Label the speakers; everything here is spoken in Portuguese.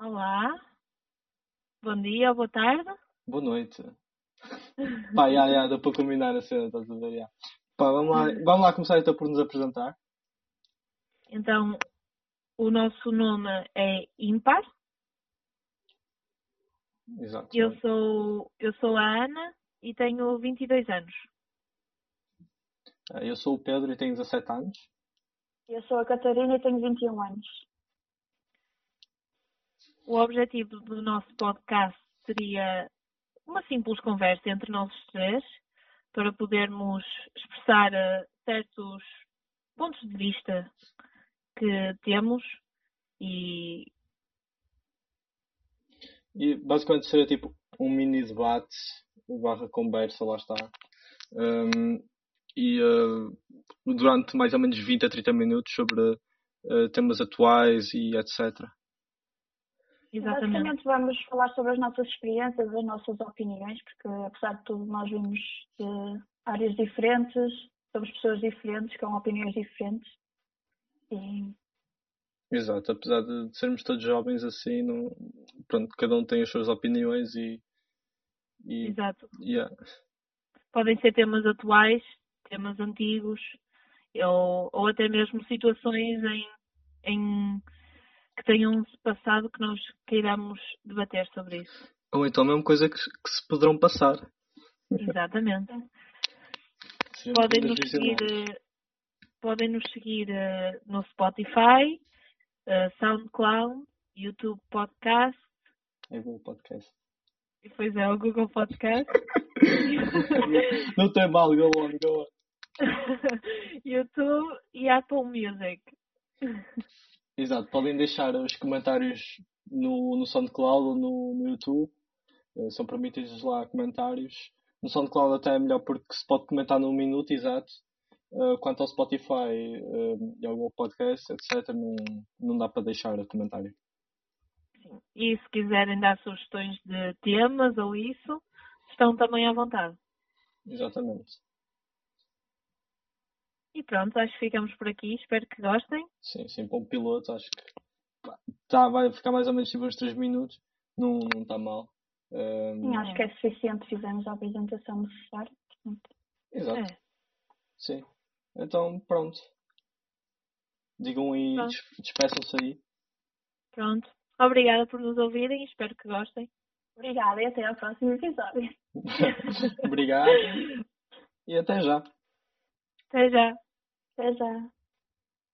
Speaker 1: Olá, bom dia ou boa tarde.
Speaker 2: Boa noite. Pá, já, já, dá para combinar a cena, estás a ver? já. Pá, vamos lá, vamos lá começar então por nos apresentar.
Speaker 1: Então, o nosso nome é Impar.
Speaker 2: Exato.
Speaker 1: Eu sou, eu sou a Ana e tenho 22 anos.
Speaker 2: Ah, Eu sou o Pedro e tenho 17 anos.
Speaker 3: Eu sou a Catarina e tenho 21 anos.
Speaker 1: O objetivo do nosso podcast seria uma simples conversa entre nós os três para podermos expressar eh, certos pontos de vista que temos e
Speaker 2: E basicamente seria tipo um mini debate, barra conversa, lá está. Hum, e eh, durante mais ou menos 20 a 30 minutos sobre eh, temas atuais e etc.
Speaker 1: exatamente
Speaker 3: Basicamente vamos falar sobre as nossas experiências, as nossas opiniões, porque apesar de tudo nós vimos de áreas diferentes, somos pessoas diferentes, com opiniões diferentes. E
Speaker 2: Exato, apesar de de sermos todos jovens assim, não... pronto, cada um tem as suas opiniões e. e
Speaker 1: exato
Speaker 2: yeah.
Speaker 1: podem ser temas atuais, temas antigos, ou, ou até mesmo situações em, em- que tenham se passado que nós queiramos debater sobre isso.
Speaker 2: Ou então, mesmo coisa que, que se poderão passar.
Speaker 1: Exatamente.
Speaker 2: Sejam
Speaker 1: Podem nos
Speaker 2: todos
Speaker 1: seguir,
Speaker 2: visionários.
Speaker 1: eh, podem nos seguir eh, no Spotify, eh, SoundCloud, YouTube Podcast, eh.
Speaker 2: É bom o podcast.
Speaker 1: e depois é o Google Podcast,
Speaker 2: Não tem mal, go on, go on.
Speaker 1: YouTube e Apple Music.
Speaker 2: Exato, podem deixar os comentários no, no SoundCloud ou no, no YouTube. Eh, São permitidos lá comentários. No SoundCloud até é melhor porque se pode comentar num minuto, exato. Eh, Quanto ao Spotify eh, e ao podcast, etc., não, não dá para deixar o comentário.
Speaker 1: E se quiserem dar sugestões de temas ou isso, estão também à vontade.
Speaker 2: Exatamente.
Speaker 1: E pronto, acho que ficamos por aqui. Espero que gostem.
Speaker 2: Sim, sim, para um piloto acho que pá, tá, vai ficar mais ou menos tipo uns 3 minutos. Não não está mal. Eh,
Speaker 3: sim, acho que é suficiente, fizemos a apresentação necessária. portanto,
Speaker 2: Exato.
Speaker 1: É.
Speaker 2: Sim. Então, pronto. Digam aí,
Speaker 1: Pronto.
Speaker 2: des- despeçam-se aí.
Speaker 1: Pronto. Obrigada por nos ouvirem. Espero que gostem.
Speaker 3: Obrigada e até ao próximo episódio.
Speaker 2: Obrigado. E até já.
Speaker 1: Até já.
Speaker 3: Até já.